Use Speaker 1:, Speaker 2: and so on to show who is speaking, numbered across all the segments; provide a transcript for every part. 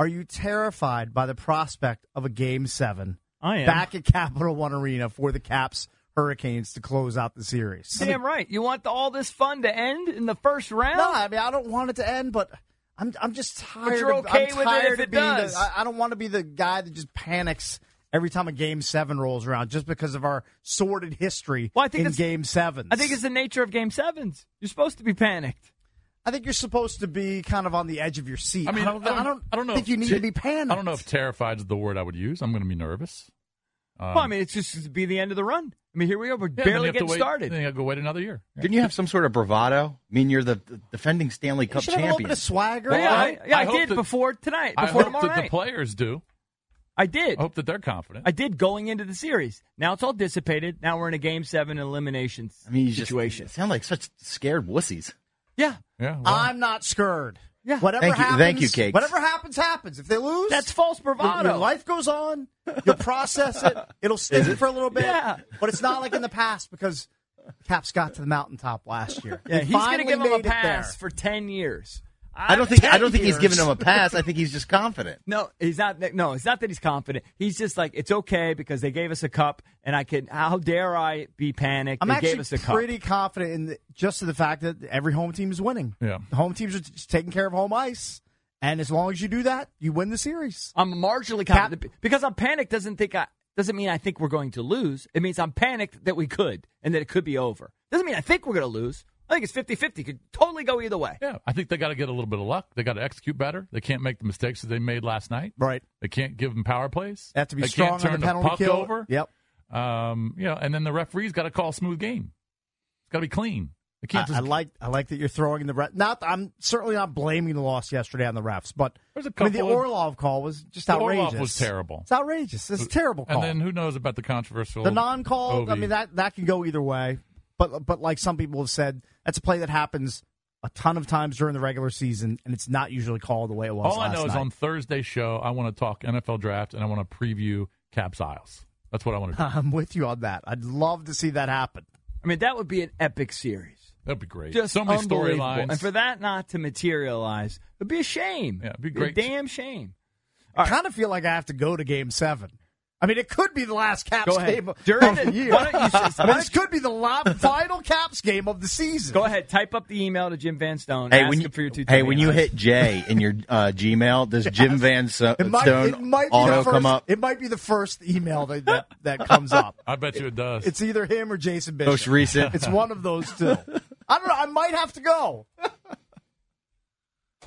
Speaker 1: Are you terrified by the prospect of a game seven
Speaker 2: I am.
Speaker 1: back at Capital One Arena for the Caps Hurricanes to close out the series?
Speaker 2: Damn right. You want the, all this fun to end in the first round?
Speaker 1: No, I mean I don't want it to end, but I'm I'm just tired.
Speaker 2: you're
Speaker 1: of-
Speaker 2: okay
Speaker 1: I'm
Speaker 2: with it
Speaker 1: tired
Speaker 2: if
Speaker 1: of
Speaker 2: it
Speaker 1: being
Speaker 2: does.
Speaker 1: The, I, I don't want to be the guy that just panics every time a game seven rolls around, just because of our sordid history
Speaker 2: Well, I think
Speaker 1: in
Speaker 2: that's-
Speaker 1: game sevens.
Speaker 2: I think it's the nature of game sevens. You're supposed to be panicked.
Speaker 1: I think you're supposed to be kind of on the edge of your seat.
Speaker 3: I mean,
Speaker 1: don't, I don't,
Speaker 3: know.
Speaker 1: think
Speaker 3: if
Speaker 1: you need
Speaker 3: ter-
Speaker 1: to be panicked.
Speaker 3: I don't know if terrified is the word I would use. I'm going to be nervous. Um,
Speaker 2: well, I mean, it's just to be the end of the run. I mean, here we are. We're
Speaker 3: yeah, then you
Speaker 2: barely
Speaker 3: have to
Speaker 2: getting
Speaker 3: wait-
Speaker 2: started.
Speaker 3: Then you got to go wait another year. Yeah.
Speaker 4: Didn't you have some sort of bravado? I mean, you're the the defending Stanley
Speaker 1: you
Speaker 4: Cup
Speaker 1: should have a little bit
Speaker 4: champion.
Speaker 1: of swagger.
Speaker 2: yeah,
Speaker 3: I-
Speaker 2: I, yeah,
Speaker 3: I
Speaker 2: I,
Speaker 3: hope
Speaker 2: did
Speaker 3: that-
Speaker 2: before tonight.
Speaker 3: I
Speaker 2: Before
Speaker 3: hope
Speaker 2: tomorrow
Speaker 3: that
Speaker 2: night.
Speaker 3: the players do.
Speaker 2: I did.
Speaker 3: I hope that they're confident.
Speaker 2: I did going into the series. Now it's all dissipated. Now we're in a game seven elimination
Speaker 4: I mean, you just
Speaker 2: situation.
Speaker 4: sound like such scared wussies.
Speaker 2: yeah,
Speaker 3: yeah, well,
Speaker 1: I'm not scared.
Speaker 2: Yeah.
Speaker 1: Whatever
Speaker 4: Thank you-
Speaker 1: happens,
Speaker 4: thank you, Cakes.
Speaker 1: Whatever happens, happens. If they lose,
Speaker 2: that's false
Speaker 1: Your-
Speaker 2: bravado.
Speaker 1: Your life goes on. You'll process it. It'll stick for a little bit.
Speaker 2: Yeah.
Speaker 1: But it's not like in the past because Caps got to the mountaintop last year.
Speaker 2: Yeah,
Speaker 1: We
Speaker 2: he's going to
Speaker 1: finally
Speaker 2: give him a
Speaker 1: made it there.
Speaker 2: pass for ten years.
Speaker 4: I don't think I don't think he's giving him a pass. I think he's just confident.
Speaker 2: No, he's not. No, it's not that he's confident. He's just like it's okay because they gave us a cup, and I can. How dare I be panicked?
Speaker 1: I'm
Speaker 2: they
Speaker 1: actually
Speaker 2: gave us a cup.
Speaker 1: pretty confident in the, just the fact that every home team is winning.
Speaker 3: Yeah.
Speaker 1: The home teams are just taking care of home ice. And as long as you do that, you win the series.
Speaker 2: I'm marginally
Speaker 1: Cap-
Speaker 2: confident because I'm panicked. Doesn't think I doesn't mean I think we're going to lose. It means I'm panicked that we could and that it could be over. Doesn't mean I think we're going to lose. I think it's 50-50. Could totally go either way.
Speaker 3: yeah. I think they got to get a little bit of luck. They got to execute better. They can't make the mistakes that they made last night.
Speaker 1: Right.
Speaker 3: They can't give them power plays.
Speaker 1: They have to be
Speaker 3: they
Speaker 1: strong
Speaker 3: can't turn
Speaker 1: on the penalty
Speaker 3: puck
Speaker 1: kill.
Speaker 3: over.
Speaker 1: Yep.
Speaker 3: Um, you know, and then the referee's got to call a smooth game. It's got to be clean. They
Speaker 1: I,
Speaker 3: can't just
Speaker 1: I like I like that you're throwing the ref. Not I'm certainly not blaming the loss yesterday on the refs, but
Speaker 3: There's a
Speaker 1: I mean, the
Speaker 3: couple of-
Speaker 1: Orlov call was just
Speaker 3: The Orlov
Speaker 1: outrageous.
Speaker 3: was terrible.
Speaker 1: It's outrageous. It's a terrible call.
Speaker 3: And then who knows about the controversial
Speaker 1: the non-call. I
Speaker 3: Ovi.
Speaker 1: mean that that can go either way. But but like some people have said, that's a play that happens a ton of times during the regular season, and it's not usually called the way it was.
Speaker 3: All I
Speaker 1: last
Speaker 3: know is
Speaker 1: night.
Speaker 3: on Thursday's show, I want to talk NFL draft and I want to preview Caps Isles. That's what I want to do.
Speaker 1: I'm with you on that. I'd love to see that happen.
Speaker 2: I mean, that would be an epic series.
Speaker 3: That'd be great.
Speaker 2: Just
Speaker 3: so many
Speaker 2: unbelievable.
Speaker 3: storylines.
Speaker 2: And for that not to materialize, it'd be a shame.
Speaker 3: Yeah, it'd be great.
Speaker 2: A damn shame.
Speaker 1: I kind of feel like I have to go to Game Seven. I mean, it could be the last Caps
Speaker 2: Go ahead.
Speaker 1: game of-
Speaker 2: During
Speaker 1: of
Speaker 2: the-
Speaker 1: the year.
Speaker 2: why don't you say-
Speaker 1: I mean, this could be the la- final Caps game of the season.
Speaker 2: Go ahead, type up the email to Jim Van Stone.
Speaker 4: Hey,
Speaker 2: ask
Speaker 4: when
Speaker 2: him
Speaker 4: you,
Speaker 2: for your two
Speaker 4: hey, when you
Speaker 2: $20.
Speaker 4: hit J in your uh, Gmail, does Jim Van So-
Speaker 1: It might,
Speaker 4: Stone
Speaker 1: it might be
Speaker 4: auto
Speaker 1: the first,
Speaker 4: come up?
Speaker 1: It might be the first email that that, that comes up.
Speaker 3: I bet you it does.
Speaker 1: It's either him or Jason Bishop.
Speaker 4: Most recent.
Speaker 1: It's one of those two. I don't know. I might have to go.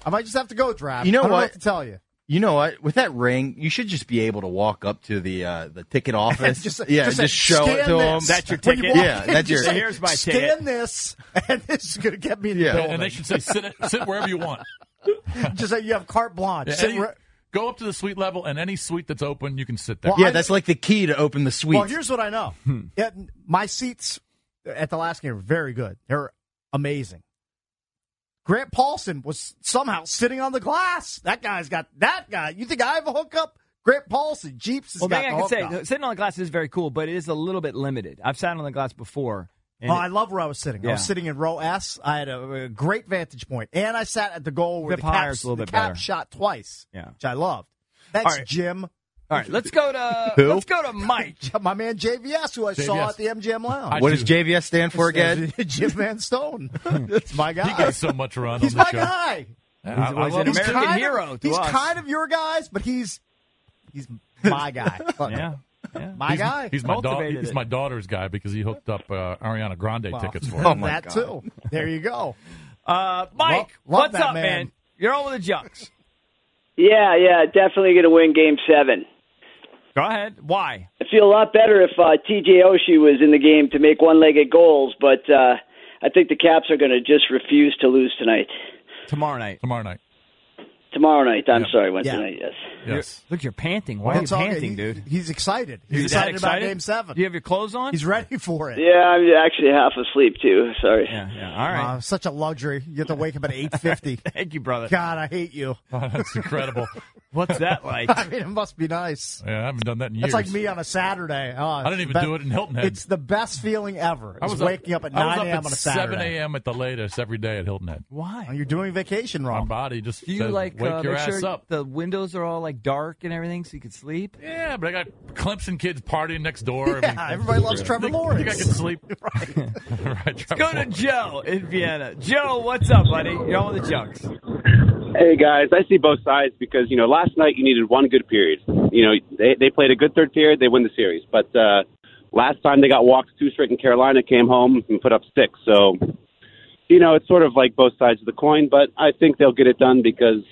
Speaker 1: I might just have to go draft.
Speaker 4: You know
Speaker 1: I don't
Speaker 4: what?
Speaker 1: to tell you.
Speaker 4: You know what? With that ring, you should just be able to walk up to the uh, the ticket office.
Speaker 1: Just-
Speaker 4: yeah,
Speaker 1: just
Speaker 4: just,
Speaker 1: say,
Speaker 4: show it
Speaker 1: "Scan
Speaker 4: to them.
Speaker 1: this."
Speaker 2: That's your
Speaker 1: When you
Speaker 2: ticket?
Speaker 1: walk
Speaker 4: Yeah,
Speaker 1: in,
Speaker 4: that's
Speaker 1: just
Speaker 4: your-
Speaker 1: say,
Speaker 2: Here's my
Speaker 1: Scan
Speaker 2: ticket."
Speaker 1: this, and this is going to get me in
Speaker 4: Yeah.
Speaker 1: the
Speaker 3: and
Speaker 1: building.
Speaker 3: they should say sit sit wherever you want.
Speaker 1: just say you have carte blanche.
Speaker 3: Yeah,
Speaker 1: Sit
Speaker 3: any-
Speaker 1: where-
Speaker 3: go up to the suite level, and any suite that's open, you can sit there.
Speaker 1: Well,
Speaker 4: yeah,
Speaker 1: I-
Speaker 4: that's like the key to open the suite.
Speaker 1: Well, here's what I know.
Speaker 2: Hmm.
Speaker 1: Yeah, my seats at the last game were very good. They were amazing. Grant Paulson was somehow sitting on the glass. That guy's got that guy. You think I have a hookup? Grant Paulson, Jeeps has
Speaker 2: Well,
Speaker 1: got the
Speaker 2: thing I can say,
Speaker 1: hookup.
Speaker 2: th- sitting on the glass is very cool, but it is a little bit limited. I've sat on the glass before. and
Speaker 1: Oh, I love where I was sitting. I was
Speaker 2: Yeah.
Speaker 1: sitting in row S. I had a, a great vantage point, and I sat at the goal where
Speaker 2: Bit
Speaker 1: the
Speaker 2: higher
Speaker 1: Caps,
Speaker 2: is a little
Speaker 1: the
Speaker 2: bit
Speaker 1: Caps
Speaker 2: better.
Speaker 1: shot twice,
Speaker 2: Yeah.
Speaker 1: which I loved. Thanks,
Speaker 2: All right.
Speaker 1: Jim.
Speaker 2: All right, let's go to
Speaker 4: Who?
Speaker 2: let's go to Mike.
Speaker 1: My man JVS, who I saw
Speaker 3: JVS.
Speaker 1: at the MGM Lounge.
Speaker 3: I
Speaker 4: what
Speaker 3: do.
Speaker 4: does JVS stand for again?
Speaker 1: Jim Van Stone. That's my guy.
Speaker 3: He gets so much run
Speaker 1: He's
Speaker 3: on the
Speaker 1: my
Speaker 3: show.
Speaker 1: guy.
Speaker 3: Yeah, I- I
Speaker 2: always
Speaker 3: love
Speaker 2: an
Speaker 3: him.
Speaker 2: American
Speaker 1: kind
Speaker 2: hero
Speaker 1: Of,
Speaker 2: to
Speaker 1: he's
Speaker 2: us.
Speaker 1: kind of your guys, but he's he's my guy. Look,
Speaker 2: Yeah, yeah.
Speaker 1: my guy.
Speaker 3: He's my daughter.
Speaker 2: Cultivated
Speaker 3: He's
Speaker 2: it.
Speaker 3: my daughter's guy because he hooked up uh, Ariana Grande
Speaker 1: Wow.
Speaker 3: tickets for
Speaker 4: Oh
Speaker 3: him.
Speaker 4: my
Speaker 1: that
Speaker 4: God.
Speaker 1: too. There you go.
Speaker 2: Uh, Mike,
Speaker 1: Lo- love
Speaker 2: what's
Speaker 1: that
Speaker 2: up, man?
Speaker 1: man.
Speaker 2: You're on with the Jucks.
Speaker 5: Yeah, yeah, definitely going to win Game Seven.
Speaker 2: Go ahead. Why?
Speaker 5: I'd feel a lot better if uh, T.J. Oshie was in the game to make one-legged goals, but uh, I think the Caps are going to just refuse to lose tonight.
Speaker 2: Tomorrow night.
Speaker 3: Tomorrow night.
Speaker 5: Tomorrow night. I'm
Speaker 3: Yep.
Speaker 5: sorry, Wednesday
Speaker 1: Yeah.
Speaker 5: night. Yes.
Speaker 3: Yes.
Speaker 2: Look, you're panting. Why are you
Speaker 1: That's all good.
Speaker 2: panting,
Speaker 1: He-
Speaker 2: dude?
Speaker 1: He's excited.
Speaker 2: You're
Speaker 1: He's
Speaker 2: that
Speaker 1: excited, about Game Seven.
Speaker 2: Do you have your clothes on?
Speaker 1: He's ready for it.
Speaker 5: Yeah, I'm actually half asleep too. Sorry.
Speaker 2: yeah, yeah. All right.
Speaker 1: Wow, Uh, such a luxury. You have to wake up at eight fifty.
Speaker 2: Thank you, brother.
Speaker 1: God, I hate you.
Speaker 3: That's incredible.
Speaker 2: What's that like?
Speaker 1: I mean, it must be nice.
Speaker 3: Yeah, I haven't done that in
Speaker 1: That's
Speaker 3: years.
Speaker 1: like me on a Saturday. Oh,
Speaker 3: I didn't even do it in Hilton Head.
Speaker 1: It's the best feeling ever.
Speaker 3: I
Speaker 1: It's
Speaker 3: was
Speaker 1: waking up, at
Speaker 3: I was
Speaker 1: nine a.m.
Speaker 3: at
Speaker 1: on a
Speaker 3: 7
Speaker 1: Saturday.
Speaker 3: a.m. at the latest every day at Hilton Head.
Speaker 1: Oh,
Speaker 2: Why?
Speaker 1: you're doing vacation
Speaker 3: My
Speaker 1: wrong.
Speaker 3: body just
Speaker 2: Do you
Speaker 3: says,
Speaker 2: like
Speaker 3: wake
Speaker 2: uh,
Speaker 3: your
Speaker 2: make
Speaker 3: ass
Speaker 2: sure
Speaker 3: up.
Speaker 2: the windows are all like dark and everything so you can sleep?
Speaker 3: Yeah, but I got Clemson kids partying next door. I mean,
Speaker 1: Yeah, everybody loves Trevor
Speaker 3: I think I
Speaker 1: Lawrence.
Speaker 3: can sleep. right. Trevor
Speaker 2: Go to
Speaker 3: Lawrence.
Speaker 2: Joe in Vienna. Joe, what's up, buddy? You're on with the junks.
Speaker 6: Hey guys, I see both sides because you know last night you needed one good period. You know they they played a good third period, they win the series. But uh, last time they got walked two straight in Carolina, came home and put up six. So you know it's sort of like both sides of the coin. But I think they'll get it done because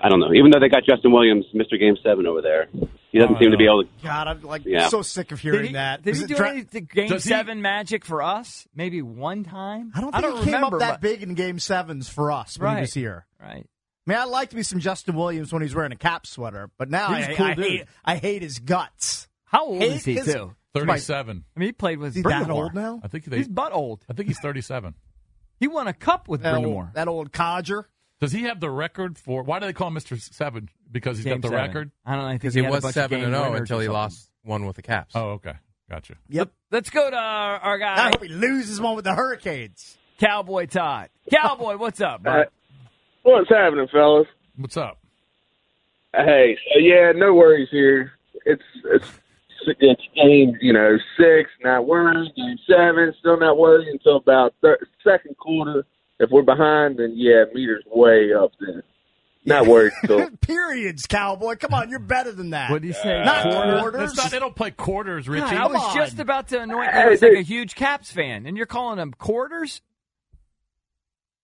Speaker 6: I don't know. Even though they got Justin Williams, Mr. Game Seven over there, he doesn't
Speaker 3: Oh,
Speaker 6: seem
Speaker 3: no.
Speaker 6: to be able to.
Speaker 1: God, I'm like
Speaker 6: Yeah.
Speaker 1: so sick of hearing
Speaker 2: Did he,
Speaker 1: that.
Speaker 2: did
Speaker 1: Is
Speaker 2: he
Speaker 1: it
Speaker 2: do
Speaker 1: dra-
Speaker 2: any to game
Speaker 3: Does he-
Speaker 2: seven magic for us? Maybe one time?
Speaker 1: I don't think he came
Speaker 2: remember,
Speaker 1: up that
Speaker 2: but-
Speaker 1: big in Game Sevens for us when he
Speaker 2: Right.
Speaker 1: was here.
Speaker 2: Right.
Speaker 1: I mean, I liked me some Justin Williams when he's wearing a cap sweater, but now
Speaker 3: He's
Speaker 1: I,
Speaker 3: a cool
Speaker 1: I
Speaker 3: dude.
Speaker 1: hate, I hate his guts.
Speaker 2: How old
Speaker 1: Hate
Speaker 2: is he,
Speaker 1: his-
Speaker 2: too?
Speaker 3: 37.
Speaker 2: I mean, he played with
Speaker 1: Is he that
Speaker 2: Brindamore.
Speaker 1: old now?
Speaker 3: I think they,
Speaker 2: He's butt old.
Speaker 3: I think he's 37.
Speaker 2: He won a cup with
Speaker 1: That
Speaker 2: Brindamore.
Speaker 1: old, that old codger.
Speaker 3: Does he have the record for? Why do they call him Mister Seven? Because he's
Speaker 2: Game
Speaker 3: got the
Speaker 2: seven.
Speaker 3: record.
Speaker 2: I don't know. I think
Speaker 7: because
Speaker 2: he,
Speaker 7: he
Speaker 2: had a
Speaker 7: was
Speaker 2: bunch of
Speaker 7: seven and
Speaker 2: game
Speaker 7: zero
Speaker 2: winners
Speaker 7: until
Speaker 2: or
Speaker 7: he
Speaker 2: something.
Speaker 7: lost one with the Caps.
Speaker 3: Oh, okay, gotcha.
Speaker 1: Yep.
Speaker 2: Let's go to our, our
Speaker 1: I
Speaker 2: guy,
Speaker 1: hope he loses one with the Hurricanes.
Speaker 2: Cowboy Todd. Cowboy, what's up,
Speaker 8: Uh,
Speaker 2: bud?
Speaker 8: What's happening, fellas?
Speaker 3: What's up?
Speaker 8: Hey, so yeah, no worries here. It's it's it's game, you know, six, not worried. Game seven, still not worried until about thir- second quarter. If we're behind, then yeah, meters way up there. Not worried
Speaker 3: Oh.
Speaker 8: until
Speaker 1: Periods, cowboy. Come on, you're better than that.
Speaker 2: What do you say?
Speaker 1: Not
Speaker 2: Quarter?
Speaker 1: quarters.
Speaker 3: It's not, they don't play quarters, Richie.
Speaker 2: God, I was
Speaker 1: on.
Speaker 2: just about to anoint
Speaker 8: Hey,
Speaker 2: you as like
Speaker 8: dude.
Speaker 2: a huge Caps fan, and you're calling them quarters?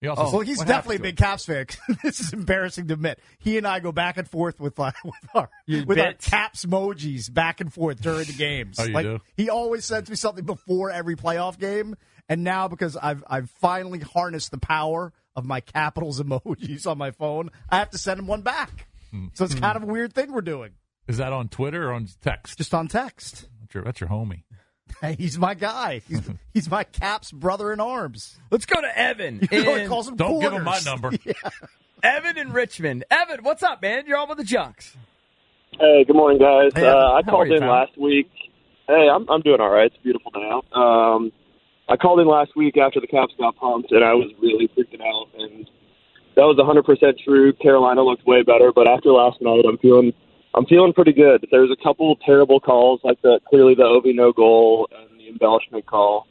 Speaker 3: He also-
Speaker 1: well, Oh, he's
Speaker 2: What
Speaker 1: definitely a big
Speaker 2: happened
Speaker 1: Caps fan. this is embarrassing to admit. He and I go back and forth with uh, with our
Speaker 2: You
Speaker 1: with our
Speaker 2: bet.
Speaker 1: Caps emojis back and forth during the games.
Speaker 3: Oh, you
Speaker 1: like
Speaker 3: do?
Speaker 1: he always sends me something before every playoff game, and now because I've I've finally harnessed the power of my Capitals emojis on my phone, I have to send him one back.
Speaker 3: Hmm.
Speaker 1: So it's kind of a weird thing we're doing
Speaker 3: is that on Twitter or on text?
Speaker 1: just on text.
Speaker 3: that's, your, that's your homie.
Speaker 1: Hey, he's my guy. He's, he's my Caps brother in arms.
Speaker 2: Let's go to Evan.
Speaker 1: You know, he
Speaker 2: in-
Speaker 1: calls him
Speaker 3: Don't give him my
Speaker 1: quarters.
Speaker 3: number.
Speaker 2: Evan in Richmond. Evan, what's up, man? You're on with the Junks.
Speaker 6: Hey, good morning, guys.
Speaker 1: Hey,
Speaker 6: uh, I
Speaker 2: how
Speaker 6: called
Speaker 2: are you,
Speaker 6: in
Speaker 2: Tom?
Speaker 6: last week. Hey, I'm I'm doing all right. It's beautiful now. Um, I called in last week after the Caps got pumped, and I was really freaking out. And that was 100% true. Carolina looked way better, but after last night, I'm feeling I'm feeling pretty good. There's a couple terrible calls, like the clearly the Ovi no goal and the embellishment call,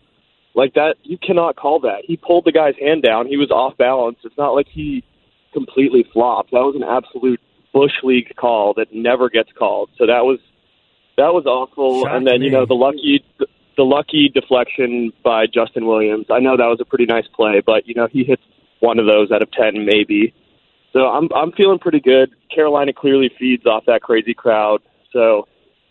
Speaker 6: like that. You cannot call that. He pulled the guy's hand down. He was off balance. It's not like he completely flopped. That was an absolute bush league call that never gets called. So that was that was awful.
Speaker 3: Shocked
Speaker 6: and then you
Speaker 3: me.
Speaker 6: know the lucky the lucky deflection by Justin Williams. I know that was a pretty nice play, but you know he hits one of those out of ten maybe. So I'm I'm feeling pretty good. Carolina clearly feeds off that crazy crowd. So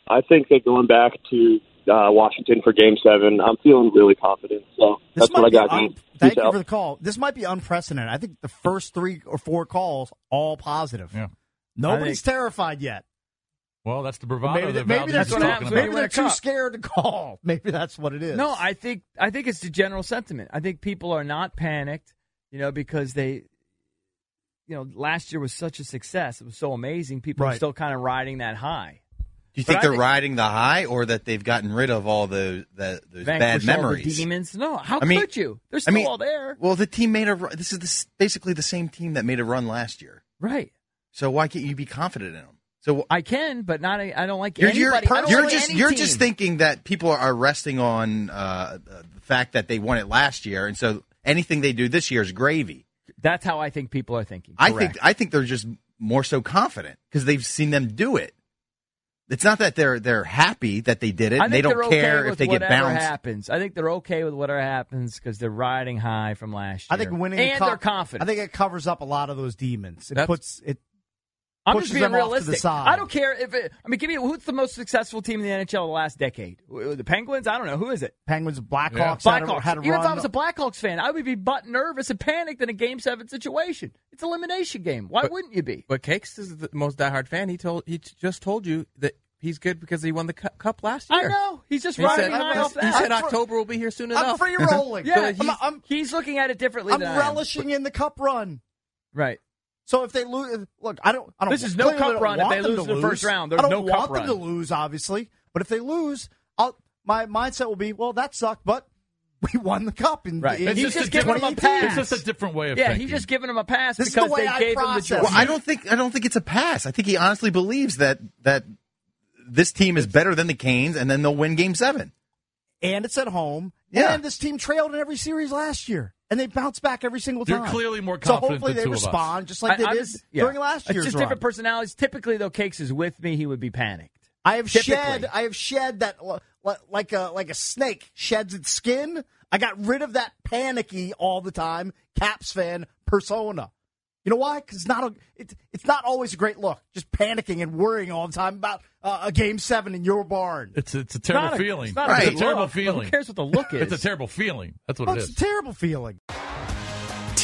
Speaker 6: I think that going back to uh, Washington for Game Seven, I'm feeling really confident. So
Speaker 1: This
Speaker 6: that's what I
Speaker 1: might
Speaker 6: got.
Speaker 1: be un-
Speaker 6: man.
Speaker 1: Thank
Speaker 6: Peace
Speaker 1: you
Speaker 6: out.
Speaker 1: for the call. This might be unprecedented. I think the first three or four calls all positive.
Speaker 3: Yeah.
Speaker 1: Nobody's terrified yet.
Speaker 3: Well, that's the bravado.
Speaker 1: Maybe,
Speaker 3: that
Speaker 1: that,
Speaker 3: Val
Speaker 1: maybe
Speaker 3: was
Speaker 1: that's
Speaker 2: what
Speaker 1: what
Speaker 3: talking
Speaker 1: happens.
Speaker 3: about.
Speaker 1: Maybe
Speaker 2: They
Speaker 1: they're
Speaker 2: win a
Speaker 1: too
Speaker 2: cup.
Speaker 1: scared to call. Maybe that's what it is.
Speaker 2: No, I think I think it's the general sentiment. I think people are not panicked, you know, because they, you know, last year was such a success. It was so amazing. People are
Speaker 1: Right.
Speaker 2: still kind of riding that high.
Speaker 4: Do you
Speaker 2: But
Speaker 4: think
Speaker 2: I
Speaker 4: they're
Speaker 2: think-
Speaker 4: riding the high, or that they've gotten rid of all the, the those bad
Speaker 2: Vanquish all the
Speaker 4: memories?
Speaker 2: demons. No, how
Speaker 4: I mean-
Speaker 2: could you? They're
Speaker 4: I
Speaker 2: still
Speaker 4: mean,
Speaker 2: all there.
Speaker 4: Well, the team made a. ru- This is the, s- basically the same team that made a run last year.
Speaker 2: Right.
Speaker 4: So why can't you be confident in them? So uh,
Speaker 2: I can, but not. I don't like
Speaker 4: you're you're,
Speaker 2: anybody. I don't
Speaker 4: you're
Speaker 2: like
Speaker 4: just
Speaker 2: any
Speaker 4: you're
Speaker 2: team.
Speaker 4: just thinking that people are resting on uh, the fact that they won it last year, and so anything they do this year is gravy.
Speaker 2: That's how I think people are thinking.
Speaker 4: I
Speaker 2: Correct.
Speaker 4: think I think they're just more so confident because they've seen them do it. It's not that they're they're happy that they did it.
Speaker 2: I
Speaker 4: and they
Speaker 2: think
Speaker 4: don't
Speaker 2: they're okay
Speaker 4: care
Speaker 2: with
Speaker 4: if they get
Speaker 2: whatever
Speaker 4: bounced.
Speaker 2: Happens. I think they're okay with whatever happens because they're riding high from last year.
Speaker 1: I think winning
Speaker 2: and
Speaker 1: a cup,
Speaker 2: they're confident.
Speaker 1: I think it covers up a lot of those demons. It
Speaker 7: That's-
Speaker 1: puts it
Speaker 2: I'm
Speaker 1: pushes
Speaker 2: just being
Speaker 1: them off
Speaker 2: realistic.
Speaker 1: to the side.
Speaker 2: I don't care if it. I mean, give me who's the most successful team in the NHL the last decade? W- The Penguins? I don't know who is it.
Speaker 1: Penguins, Blackhawks, had a,
Speaker 2: Blackhawks.
Speaker 1: had a
Speaker 2: Even
Speaker 1: run.
Speaker 2: if I was a Blackhawks fan, I would be but nervous and panicked in a Game Seven situation. It's an elimination game. Why wouldn't you be?
Speaker 3: But Cakes is the most diehard fan. He told he j- just told you that he's good because he won the cu- cup last
Speaker 2: I
Speaker 3: year.
Speaker 2: know. He's just
Speaker 3: He
Speaker 2: riding
Speaker 3: said,
Speaker 2: high
Speaker 3: he
Speaker 2: off that.
Speaker 3: said
Speaker 1: I'm fr-
Speaker 3: October will be here soon
Speaker 1: I'm
Speaker 3: enough.
Speaker 1: free rolling.
Speaker 3: So
Speaker 2: Yeah,
Speaker 3: he's-
Speaker 1: I'm, I'm,
Speaker 2: He's looking at it differently.
Speaker 1: I'm
Speaker 2: than I am.
Speaker 1: relishing in the cup run.
Speaker 2: Right.
Speaker 1: So if they lose, look, I don't. I don't
Speaker 2: This is no
Speaker 1: clearly
Speaker 2: cup
Speaker 1: don't
Speaker 2: run if
Speaker 1: want
Speaker 2: they
Speaker 1: them
Speaker 2: lose
Speaker 1: to
Speaker 2: in the first
Speaker 1: lose.
Speaker 2: round. There's
Speaker 1: I don't
Speaker 2: no
Speaker 1: want
Speaker 2: cup
Speaker 1: them to
Speaker 2: run.
Speaker 1: lose, obviously. But if they lose, I'll, my mindset will be, well, that sucked, but we won the cup. And,
Speaker 2: Right.
Speaker 1: and
Speaker 2: It's
Speaker 1: he's
Speaker 2: just
Speaker 1: just
Speaker 2: a
Speaker 1: giving them
Speaker 2: different-
Speaker 1: a pass.
Speaker 9: It's just a different way of
Speaker 2: Yeah,
Speaker 9: thinking.
Speaker 2: he's just giving him a pass
Speaker 1: This is the
Speaker 2: because
Speaker 1: way
Speaker 2: they
Speaker 1: I
Speaker 2: gave
Speaker 1: process.
Speaker 2: him the
Speaker 4: Well,
Speaker 2: choice.
Speaker 4: I don't think I don't think it's a pass. I think he honestly believes that that this team is better than the Canes, and then they'll win Game Seven.
Speaker 1: and it's at home.
Speaker 4: Yeah.
Speaker 1: And this team trailed in every series last year, and they bounce back every single
Speaker 9: You're
Speaker 1: time.
Speaker 9: clearly more
Speaker 1: So
Speaker 9: confident
Speaker 1: hopefully
Speaker 9: than
Speaker 1: they
Speaker 9: two of us.
Speaker 1: respond just like they
Speaker 2: I- I'm
Speaker 1: did
Speaker 2: just- yeah.
Speaker 1: during last year's
Speaker 2: It's just
Speaker 1: run.
Speaker 2: different personalities. Typically, though, Cakes is with me. He would be panicked.
Speaker 1: I have shed.
Speaker 2: Typically.
Speaker 1: I have shed that li- li- like a like a snake sheds its skin. I got rid of that panicky all the time Caps fan persona. You know why? Because not a, it, it's not always a great look. Just panicking and worrying all the time about uh, a game seven in your barn.
Speaker 9: It's it's a terrible
Speaker 2: Not a-
Speaker 9: feeling.
Speaker 2: it's not
Speaker 4: a
Speaker 9: It's
Speaker 4: good
Speaker 9: a terrible
Speaker 2: look.
Speaker 9: feeling.
Speaker 2: Who cares what the look is?
Speaker 9: It's a terrible feeling. That's what
Speaker 1: But
Speaker 9: it
Speaker 1: it's a
Speaker 9: is.
Speaker 1: terrible feeling.